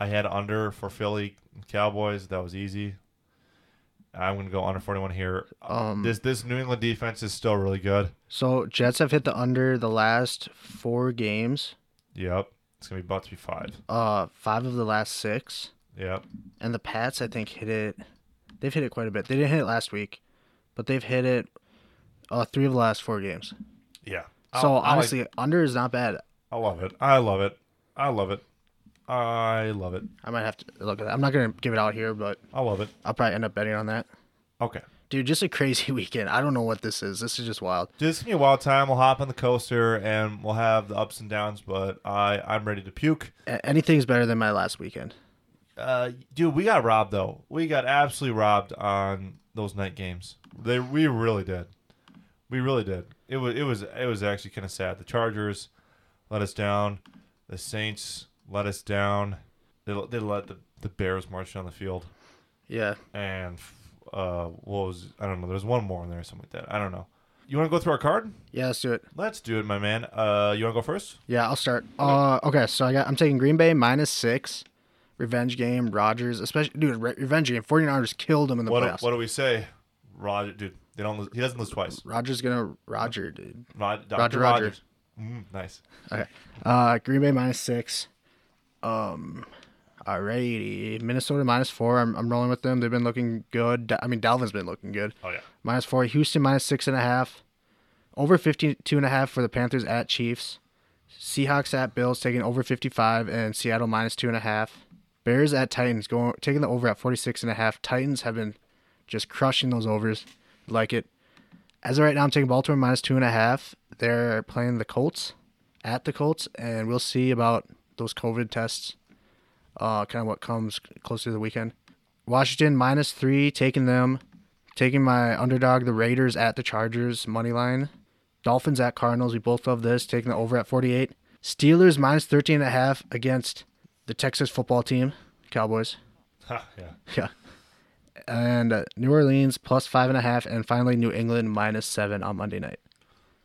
Speaker 3: I had under for Philly Cowboys. That was easy. I'm going to go under 41 here.
Speaker 4: um.
Speaker 3: This this New England defense is still really good.
Speaker 4: So Jets have hit the under the last four games.
Speaker 3: Yep. It's going to be about to be 5.
Speaker 4: Uh, five of the last six.
Speaker 3: Yep.
Speaker 4: and the Pats I think hit it. They've hit it quite a bit. They didn't hit it last week, but they've hit it uh, three of the last four games.
Speaker 3: Yeah.
Speaker 4: so
Speaker 3: I'll- Oh, I like-
Speaker 4: honestly, under is not bad.
Speaker 3: I love it. I love it. I love it. I love it.
Speaker 4: I might have to look at that. I'm not gonna give it out here, but
Speaker 3: I love it.
Speaker 4: I'll probably end up betting on that.
Speaker 3: Okay.
Speaker 4: Dude, just a crazy weekend. I don't know what this is. This is just wild.
Speaker 3: Just give me a wild time. We'll hop on the coaster and we'll have the ups and downs, but I, I'm ready to puke.
Speaker 4: A- anything's better than my last weekend.
Speaker 3: Uh, dude, we got robbed, though. We got absolutely robbed on those night games. They We really did. We really did. It was it was it was actually kind of sad. The Chargers let us down. The Saints let us down. They, they let the, the Bears march down the field.
Speaker 4: Yeah.
Speaker 3: and uh, what was I don't know. There's one more in there, or something like that. I don't know. You want to go through our card?
Speaker 4: Yeah, let's do it.
Speaker 3: Let's do it, my man. Uh, you want to go first?
Speaker 4: Yeah, I'll start. Uh, okay, so I got I'm taking Green Bay minus six. Revenge game, Rogers, especially dude, re- revenge game. 49ers killed him in the
Speaker 3: What
Speaker 4: playoffs.
Speaker 3: What do we say, Roger? Dude, they don't. Lose, he doesn't lose twice.
Speaker 4: Rogers gonna Roger, dude.
Speaker 3: Rod, Dr.
Speaker 4: Roger,
Speaker 3: Roger.
Speaker 4: Roger.
Speaker 3: Mm, nice.
Speaker 4: Okay. Uh, Green Bay minus six. Um, alrighty. Minnesota minus four. I'm, I'm rolling with them. They've been looking good. Da- I mean, Dalvin's been looking good.
Speaker 3: Oh yeah.
Speaker 4: Minus four. Houston minus six and a half. Over 52 and a half for the Panthers at Chiefs. Seahawks at Bills taking over 55 and Seattle minus two and a half. Bears at Titans going taking the over at 46 and a half. Titans have been just crushing those overs. Like it. As of right now, I'm taking Baltimore minus two and a half. They're playing the Colts at the Colts, and we'll see about those COVID tests. Uh, kind of what comes closer to the weekend. Washington minus three, taking them, taking my underdog, the Raiders at the Chargers money line. Dolphins at Cardinals. We both love this, taking the over at 48. Steelers minus 13 and a half against the Texas football team, Cowboys.
Speaker 3: Ha, yeah.
Speaker 4: Yeah. And uh, New Orleans plus five and a half, and finally New England minus seven on Monday night.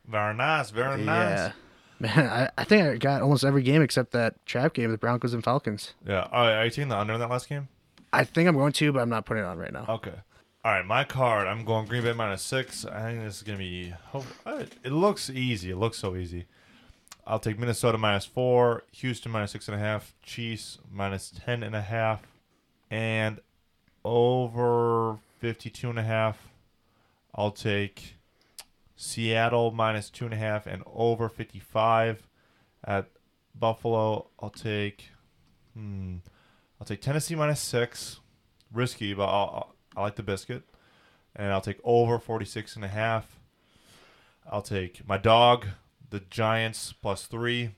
Speaker 3: Very nice. Very nice.
Speaker 4: Yeah. Man, I, I think I got almost every game except that trap game, the Broncos and Falcons.
Speaker 3: Yeah. All right. Are you taking the under in that last game?
Speaker 4: I think I'm going to, but I'm not putting it on right now.
Speaker 3: Okay. All right, my card. I'm going Green Bay minus six. I think this is gonna be. hope- uh, It looks easy. It looks so easy. I'll take Minnesota minus four, Houston minus six and a half, Chiefs minus ten and a half, and over fifty-two and a half. I'll take Seattle minus two and a half and over fifty-five at Buffalo. I'll take. Hmm, I'll take Tennessee minus six risky, but I'll, i I like the biscuit. And I'll take over 46 and a half. I'll take my dog, the Giants plus three.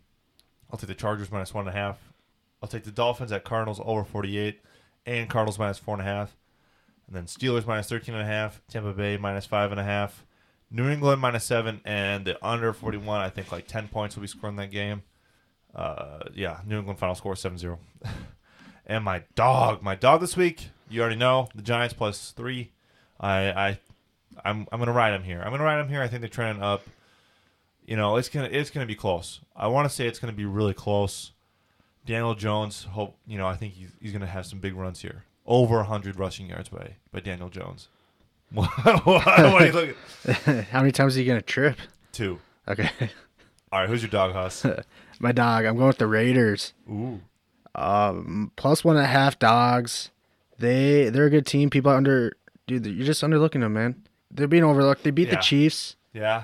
Speaker 3: I'll take the Chargers minus one and a half. I'll take the Dolphins at Cardinals over 48 and Cardinals minus four and a half. And then Steelers minus 13 and a half, Tampa Bay minus five and a half, New England minus seven, and the under 41. I think like 10 points will be scored in that game. Uh, yeah, New England final score 7 0. And my dog, my dog this week, you already know the Giants plus three. I, I, I'm, I'm gonna ride them here. I'm gonna ride them here. I think they're trending up. You know, it's gonna, it's gonna be close. I want to say it's gonna be really close. Daniel Jones, hope you know, I think he's, he's gonna have some big runs here. Over hundred rushing yards by by Daniel Jones. what, what are you looking? Oh.
Speaker 4: How many times are you going to trip?
Speaker 3: Two.
Speaker 4: Okay.
Speaker 3: All right, who's your dog, Huss?
Speaker 4: My dog. I'm going with the Raiders.
Speaker 3: Ooh.
Speaker 4: Plus one and a half dogs. They they're a good team. People are under dude, you're just underlooking them, man. They're being overlooked. They beat the
Speaker 3: Yeah.
Speaker 4: Chiefs.
Speaker 3: Yeah.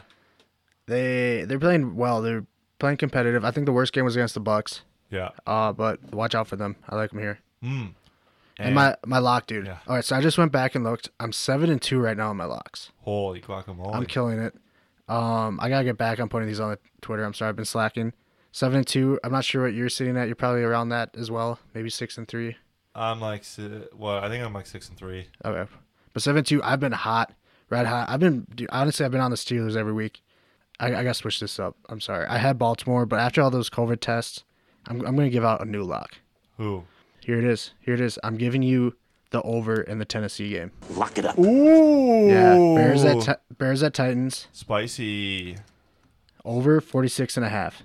Speaker 4: They they're playing well. They're playing competitive. I think the worst game was against the Bucks.
Speaker 3: Yeah.
Speaker 4: Uh, but watch out for them. I like them here. And,
Speaker 3: And-
Speaker 4: my my lock, dude.
Speaker 3: Yeah.
Speaker 4: All right, so I just went back and looked. I'm seven and two right now on my locks.
Speaker 3: Holy guacamole.
Speaker 4: I'm killing it. Um, I gotta get back on putting these on the Twitter. I'm sorry, I've been slacking. Seven and two. I'm not sure what you're sitting at. You're probably around that as well. Maybe six and three.
Speaker 3: I'm like, si- well, I think I'm like six and three.
Speaker 4: Okay. But seven two, I've been hot, red hot. I've been dude, honestly, I've been on the Steelers every week. I, I gotta switch this up. I'm sorry. I had Baltimore, but after all those COVID tests, I'm I'm gonna give out a new lock.
Speaker 3: Who?
Speaker 4: Here it is. Here it is. I'm giving you the over in the Tennessee game.
Speaker 2: Lock it up.
Speaker 3: Ooh.
Speaker 4: Yeah. Bears at Ti- Bears at Titans
Speaker 3: Spicy.
Speaker 4: over 46 and a half.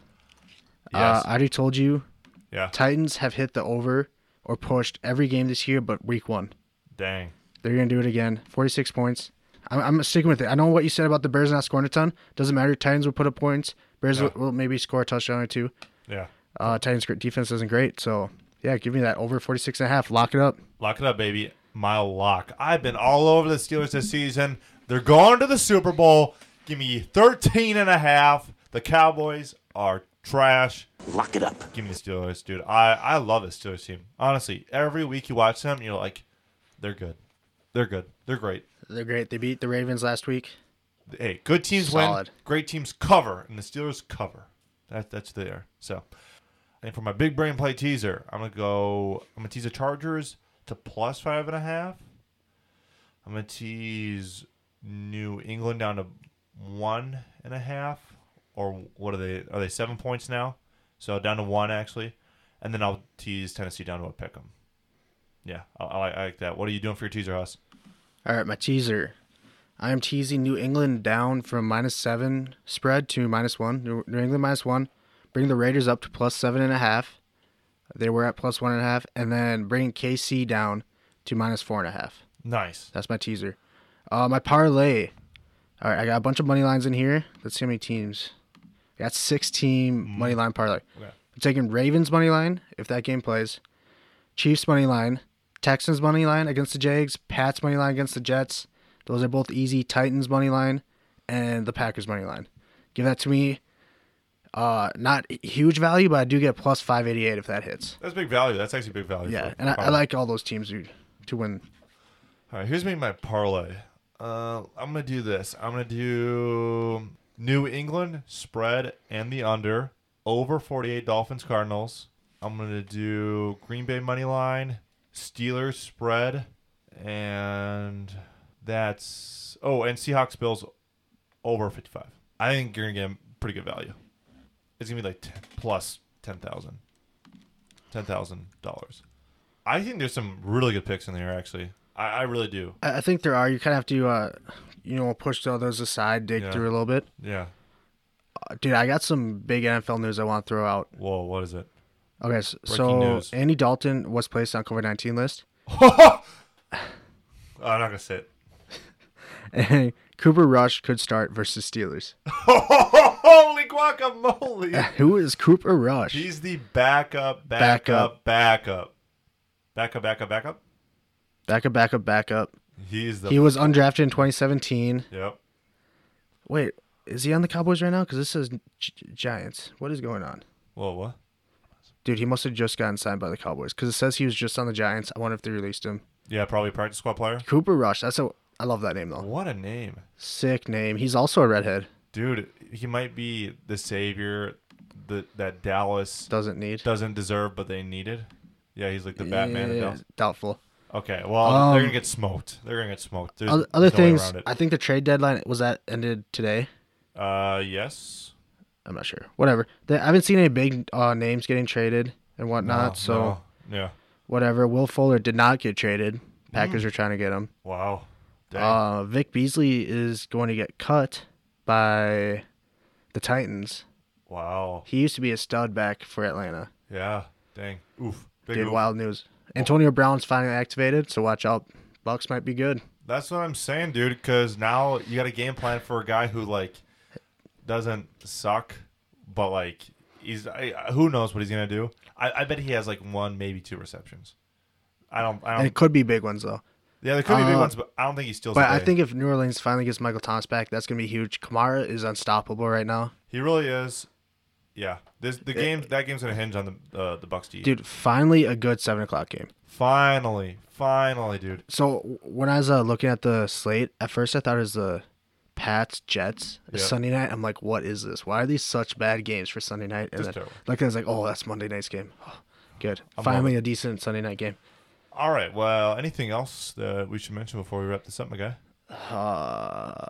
Speaker 4: Uh,
Speaker 3: Yes.
Speaker 4: I already told you
Speaker 3: yeah.
Speaker 4: Titans have hit the over or pushed every game this year, but week one.
Speaker 3: Dang.
Speaker 4: They're going to do it again. 46 points. I'm, I'm sticking with it. I know what you said about the Bears not scoring a ton. Doesn't matter. Titans will put up points. Bears
Speaker 3: Yeah.
Speaker 4: will, will maybe score a touchdown or two.
Speaker 3: Yeah.
Speaker 4: Uh, Titans' great defense isn't great. So, yeah, give me that over 46 and a half. Lock it up.
Speaker 3: Lock it up, baby. My lock. I've been all over the Steelers this season. They're going to the Super Bowl. Give me 13 and a half. The Cowboys are trash.
Speaker 2: Lock it up.
Speaker 3: Give me the Steelers, dude. I, I love the Steelers team. Honestly, every week you watch them, you're like, they're good. They're good. They're great.
Speaker 4: They're great. They beat the Ravens last week.
Speaker 3: hey, good teams
Speaker 4: Solid.
Speaker 3: win, great teams cover, and the Steelers cover. That that's there. So, and for my big brain play teaser, I'm gonna go. I'm gonna tease the Chargers to plus five and a half. I'm gonna tease New England down to one and a half, or what are they? Are they seven points now? So down to one actually, and then I'll tease Tennessee down to a pick 'em. Yeah, I, I, like- I like that. What are you doing for your teaser, Huss?
Speaker 4: All right, my teaser. I am teasing New England down from minus seven spread to minus one. New New England minus one. Bring the Raiders up to plus seven and a half. They were at plus one and a half. And then bring KC down to minus four and a half.
Speaker 3: Nice.
Speaker 4: That's my teaser. Uh, my parlay. All right, I got a bunch of money lines in here. Let's see how many teams. I got six team money line parlay.
Speaker 3: Okay.
Speaker 4: I'm taking Ravens money line if that game plays. Chiefs money line, Texans money line against the Jags, Pats money line against the Jets. Those are both easy. Titans money line and the Packers money line. Give that to me. Uh, not huge value, but I do get plus five eighty eight if that hits.
Speaker 3: That's big value. That's actually big value.
Speaker 4: Yeah,
Speaker 3: for-
Speaker 4: and I, I
Speaker 3: Oh.
Speaker 4: like all those teams dude, to win.
Speaker 3: All right, here's me my parlay. Uh, I'm gonna do this. I'm gonna do New England spread and the under over 48 Dolphins Cardinals. I'm gonna do Green Bay money line, Steelers spread, and that's oh, and Seahawks Bills over 55. I think you're gonna get pretty good value. It's gonna be like 10, plus ten thousand, ten thousand dollars. I think there's some really good picks in there. Actually, I, I really do.
Speaker 4: I, I think there are. You kind of have to, uh, you know, push all those aside, dig
Speaker 3: Yeah.
Speaker 4: through a little bit.
Speaker 3: Yeah.
Speaker 4: Uh, Dude, I got some big NFL news I want to throw out.
Speaker 3: Whoa, what is it?
Speaker 4: Okay, s-
Speaker 3: Breaking
Speaker 4: so
Speaker 3: news.
Speaker 4: Andy Dalton was placed on COVID nineteen list,
Speaker 3: I'm not gonna say it.
Speaker 4: and Cooper Rush could start versus Steelers.
Speaker 3: Holy guacamole!
Speaker 4: Who is Cooper Rush?
Speaker 3: He's the backup, backup,
Speaker 4: Backup.
Speaker 3: backup, backup, backup, backup.
Speaker 4: Backup, backup, backup.
Speaker 3: He's the.
Speaker 4: He was undrafted in twenty seventeen.
Speaker 3: yep.
Speaker 4: Wait, is he on the Cowboys right now? Because this says G- Giants. What is going on?
Speaker 3: Whoa, what?
Speaker 4: Dude, he must have just gotten signed by the Cowboys because it says he was just on the Giants. I wonder if they released him.
Speaker 3: Yeah, probably practice squad player.
Speaker 4: Cooper Rush. That's a. I love that name though.
Speaker 3: What a name,
Speaker 4: Sick name. He's also a redhead.
Speaker 3: dude. He might be the savior that that Dallas
Speaker 4: Doesn't need.
Speaker 3: doesn't deserve, but they needed. Yeah, he's like the Batman. of
Speaker 4: Yeah,
Speaker 3: Dallas.
Speaker 4: doubtful.
Speaker 3: Okay, well
Speaker 4: Um,
Speaker 3: they're gonna get smoked. They're gonna get smoked. There's
Speaker 4: Oth- Other
Speaker 3: no way
Speaker 4: things,
Speaker 3: around it.
Speaker 4: I think the trade deadline was that ended today.
Speaker 3: Uh, yes.
Speaker 4: I'm not sure. Whatever. They, I haven't seen any big uh, names getting traded and whatnot.
Speaker 3: Oh,
Speaker 4: so
Speaker 3: no. Mm. yeah.
Speaker 4: whatever. Will Fuller did not get traded. Packers are trying to get him.
Speaker 3: Wow. Dang.
Speaker 4: Uh, Vic Beasley is going to get cut by the Titans.
Speaker 3: wow.
Speaker 4: He used to be a stud back for Atlanta.
Speaker 3: Yeah. Dang. Oof. Big
Speaker 4: Dude,
Speaker 3: oof.
Speaker 4: wild news. Antonio Brown's finally activated, so watch out. Bucks might be good.
Speaker 3: That's what I'm saying, dude. Because now you got a game plan for a guy who like doesn't suck, but like he's I, who knows what he's gonna do. I, I bet he has like one, maybe two receptions. I don't. I
Speaker 4: And
Speaker 3: don't.
Speaker 4: it could be big ones though.
Speaker 3: Yeah, there could be big
Speaker 4: uh,
Speaker 3: ones, but I don't think he steals.
Speaker 4: But
Speaker 3: the
Speaker 4: I
Speaker 3: day.
Speaker 4: think if New Orleans finally gets Michael Thomas back, that's gonna be huge. Kamara is unstoppable right now,
Speaker 3: he really is. Yeah, this the game. That game's gonna hinge on the uh, the Bucks D.
Speaker 4: dude. Finally, a good seven o'clock game.
Speaker 3: Finally, finally, dude.
Speaker 4: So w- when I was uh, looking at the slate, at first I thought it was the Pats Jets the
Speaker 3: Yeah.
Speaker 4: Sunday night. I'm like, what is this? Why are these such bad games for Sunday night? And
Speaker 3: Just
Speaker 4: then
Speaker 3: terrible.
Speaker 4: like I was like, oh, that's Monday night's game. good, finally a decent Sunday night game.
Speaker 3: All right. Well, anything else that we should mention before we wrap this up, my guy?
Speaker 4: Uh,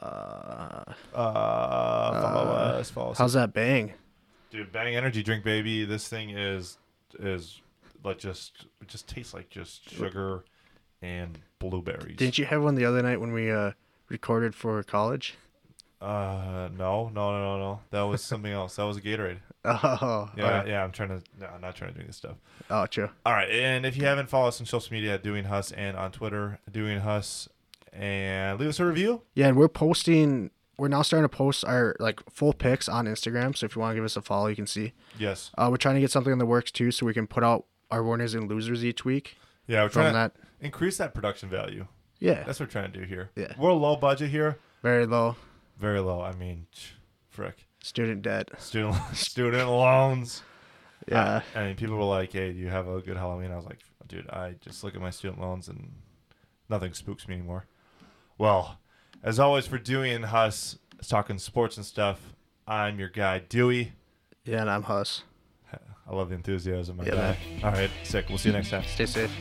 Speaker 3: Uh, follow us. Follow us.
Speaker 4: how's that bang?
Speaker 3: Dude, Bang Energy drink, baby. This thing is is like just it just tastes like just sugar and blueberries.
Speaker 4: Didn't you have one the other night when we uh, recorded for college?
Speaker 3: Uh, no, no, no, no, no. That was something else. That was a Gatorade.
Speaker 4: Oh,
Speaker 3: Yeah,
Speaker 4: okay.
Speaker 3: yeah. I'm trying to. No, I'm not trying to do this stuff.
Speaker 4: oh, true.
Speaker 3: All right, and if you haven't followed us on social media, at doing Huss, and on Twitter, doing Huss, and leave us a review.
Speaker 4: Yeah, and we're posting. We're now starting to post our like full pics on Instagram. So if you want to give us a follow, you can see.
Speaker 3: Yes.
Speaker 4: Uh, we're trying to get something in the works too, so we can put out our winners and losers each week.
Speaker 3: Yeah, we're
Speaker 4: From
Speaker 3: trying
Speaker 4: that-
Speaker 3: to increase that production value.
Speaker 4: Yeah,
Speaker 3: That's what we're trying to do here.
Speaker 4: Yeah.
Speaker 3: We're low budget here.
Speaker 4: very low
Speaker 3: Very low. I mean, frick.
Speaker 4: student debt. Uh,
Speaker 3: Student student loans.
Speaker 4: Yeah,
Speaker 3: I mean, people were like, "Hey, do you have a good Halloween?" I was like, "Dude, I just look at my student loans and nothing spooks me anymore." Well, as always, for Dewey and Huss talking sports and stuff, I'm your guy Dewey.
Speaker 4: yeah, and I'm Huss.
Speaker 3: I love the enthusiasm. My
Speaker 4: Yeah,
Speaker 3: guy. All right, sick. We'll see you next time.
Speaker 4: Stay safe.